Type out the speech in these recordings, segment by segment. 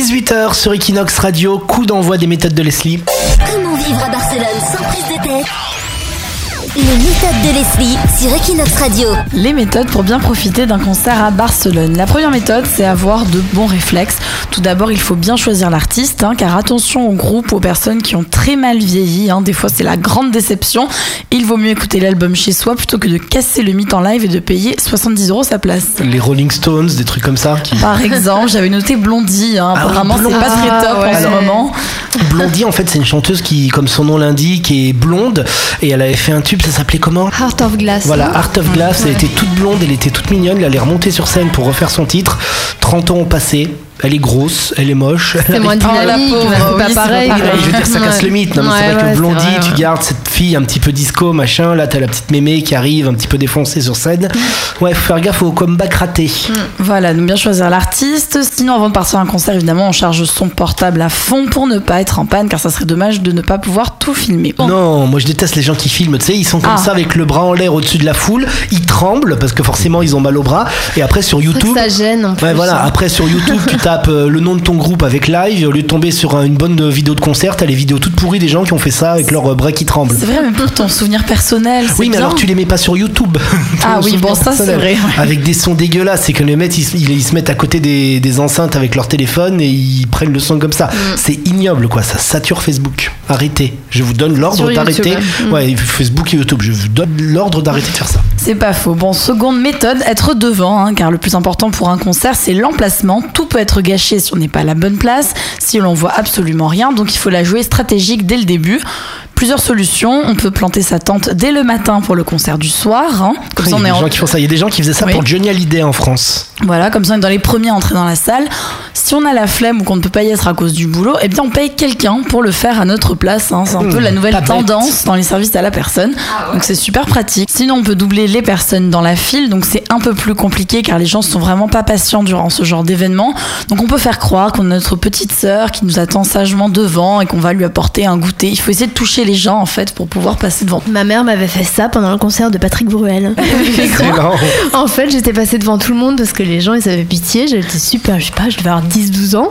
18h sur Equinox Radio, coup d'envoi des méthodes de Leslie. Comment vivre à Barcelone sans prise de tête Les méthodes de Leslie sur Equinox Radio. Les méthodes pour bien profiter d'un concert à Barcelone. La première méthode, c'est avoir de bons réflexes. Tout d'abord, il faut bien choisir l'artiste, hein, car attention au groupe, aux personnes qui ont très mal vieilli. hein. Des fois, c'est la grande déception. Il vaut mieux écouter l'album chez soi plutôt que de casser le mythe en live et de payer 70 euros sa place. Les Rolling Stones, des trucs comme ça. Qui... Par exemple, j'avais noté Blondie. Ah hein. oui, Apparemment, c'est pas très top en ce ouais. moment. Blondie, en fait, c'est une chanteuse qui, comme son nom l'indique, est blonde. Et elle avait fait un tube, ça s'appelait comment Heart of Glass. hein. Voilà, Art of Glass, elle était toute blonde, elle était toute mignonne, elle allait remonter sur scène pour refaire son titre. 30 ans ont passé, elle est grosse, elle est moche. C'est moins Oh, la dynamique, pauvre, mais c'est oui, pas c'est pas pareil. pareil. Et là, je veux dire, ça casse le mythe. Non, mais c'est Ouais, vrai ouais, que c'est Blondie, vrai, tu ouais. gardes cette fille un petit peu disco, machin. Là, t'as la petite mémé qui arrive un petit peu défoncée sur scène. Mm. Ouais, faut faire gaffe au comeback raté. Voilà, donc bien choisir l'artiste. Sinon, avant de partir à un concert, évidemment, on charge son portable à fond pour ne pas être en panne, car ça serait dommage de ne pas pouvoir tout filmer. Bon. Non, moi je déteste les gens qui filment, tu sais, ils sont comme Ah. ça avec le bras en l'air au-dessus de la foule, ils tremblent parce que forcément ils ont mal au bras et après sur C'est vrai que YouTube Ça gêne en plus. Ouais, voilà. Après, sur YouTube, tu tapes euh, le nom de ton groupe avec live. Au lieu de tomber sur euh, une bonne euh, vidéo de concert, t'as les vidéos toutes pourries des gens qui ont fait ça avec leur euh, bras qui tremble. C'est vrai, même pour ton souvenir personnel. c'est Oui, mais bien. alors tu les mets pas sur YouTube. Ah Ton oui, souvenir bon, ça, c'est personnel. vrai, ouais. Avec des sons dégueulasses. C'est que les mecs, ils, se- ils- ils se mettent à côté des, des enceintes avec leur téléphone et ils prennent le son comme Mm. ça. C'est ignoble, quoi. Ça sature Facebook. Arrêtez. Je vous donne l'ordre Sur YouTube, d'arrêter. Mm. Ouais, Facebook et YouTube. Je vous donne l'ordre d'arrêter de faire ça. C'est pas faux. Bon, seconde méthode, être devant, hein, car le plus important pour un concert, c'est l'emplacement. Tout peut être gâché si on n'est pas à la bonne place, si l'on voit absolument rien, donc il faut la jouer stratégique dès le début. Plusieurs solutions, on peut planter sa tente dès le matin pour le concert du soir, hein. comme Il y ça a on des est en- gens qui font ça. Il y a des gens qui faisaient ça Oui. pour Johnny Hallyday en France. Voilà, comme ça on est dans les premiers à entrer dans la salle. Si on a la flemme ou qu'on ne peut pas y être à cause du boulot, eh bien on paye quelqu'un pour le faire à notre place. hein. C'est un peu la pas nouvelle bête. tendance dans les services à la personne. Donc c'est super pratique. Sinon on peut doubler les personnes dans la file, donc c'est un peu plus compliqué car les gens sont vraiment pas patients durant ce genre d'événement. Donc on peut faire croire qu'on a notre petite sœur qui nous attend sagement devant et qu'on va lui apporter un goûter. Il faut essayer de toucher les gens en fait pour pouvoir passer devant. Ma mère m'avait fait ça pendant le concert de Patrick Bruel. marrant. en fait, j'étais passée devant tout le monde parce que les gens, ils avaient pitié. J'étais super, je sais pas, je devais avoir 10-12 ans.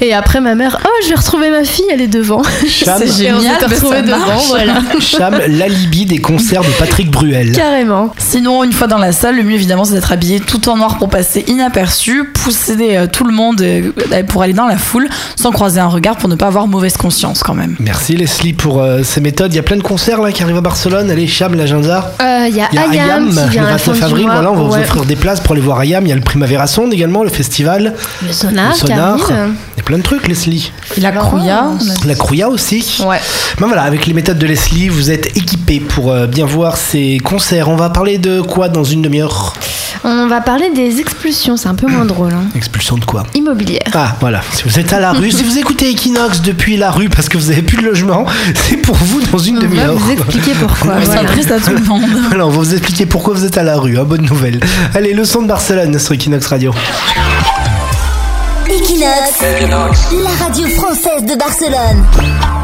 Et après, ma mère, oh, je vais retrouver ma fille, elle est devant. Cham. C'est Et on génial, s'est mais ça retrouvés devant, marche. voilà. Cham, l'alibi des concerts de Patrick Bruel. Carrément. Sinon, une fois dans la salle, le mieux évidemment, c'est d'être habillé tout en noir pour passer inaperçu, pousser euh, tout le monde euh, pour aller dans la foule, sans croiser un regard pour ne pas avoir mauvaise conscience quand même. Merci Leslie pour euh, ces méthodes. Il y a plein de concerts là qui arrivent à Barcelone. Allez, Cham, l'agenda. Il Euh, y a Il y a Ayam, Ayam qui le vient à la fin 29 du avril. mois. Voilà, on va vous Ouais. offrir des places pour aller voir Ayam. Il y a le Primavera Sound également, le festival. Le sonar, le sonar. qui arrive. Il y a plein de trucs, Leslie. Et la Florence. Crouya La Crouya aussi. Ouais. Ben voilà, avec les méthodes de Leslie, vous êtes équipés pour euh, bien voir ces concerts. On va parler de quoi dans une demi-heure On va parler des expulsions, c'est un peu moins drôle. hein. Expulsion de quoi Immobilière. Ah voilà, si vous êtes à la rue, si vous écoutez Equinox depuis la rue parce que vous n'avez plus de logement, c'est pour vous dans une On va demi-heure. vous expliquer pourquoi. Ça Ah, voilà. triste à tout le monde. Alors, on va vous expliquer pourquoi vous êtes à la rue, hein, bonne nouvelle. Allez, le son de Barcelone sur Equinox Radio. Equinox, la radio française de Barcelone.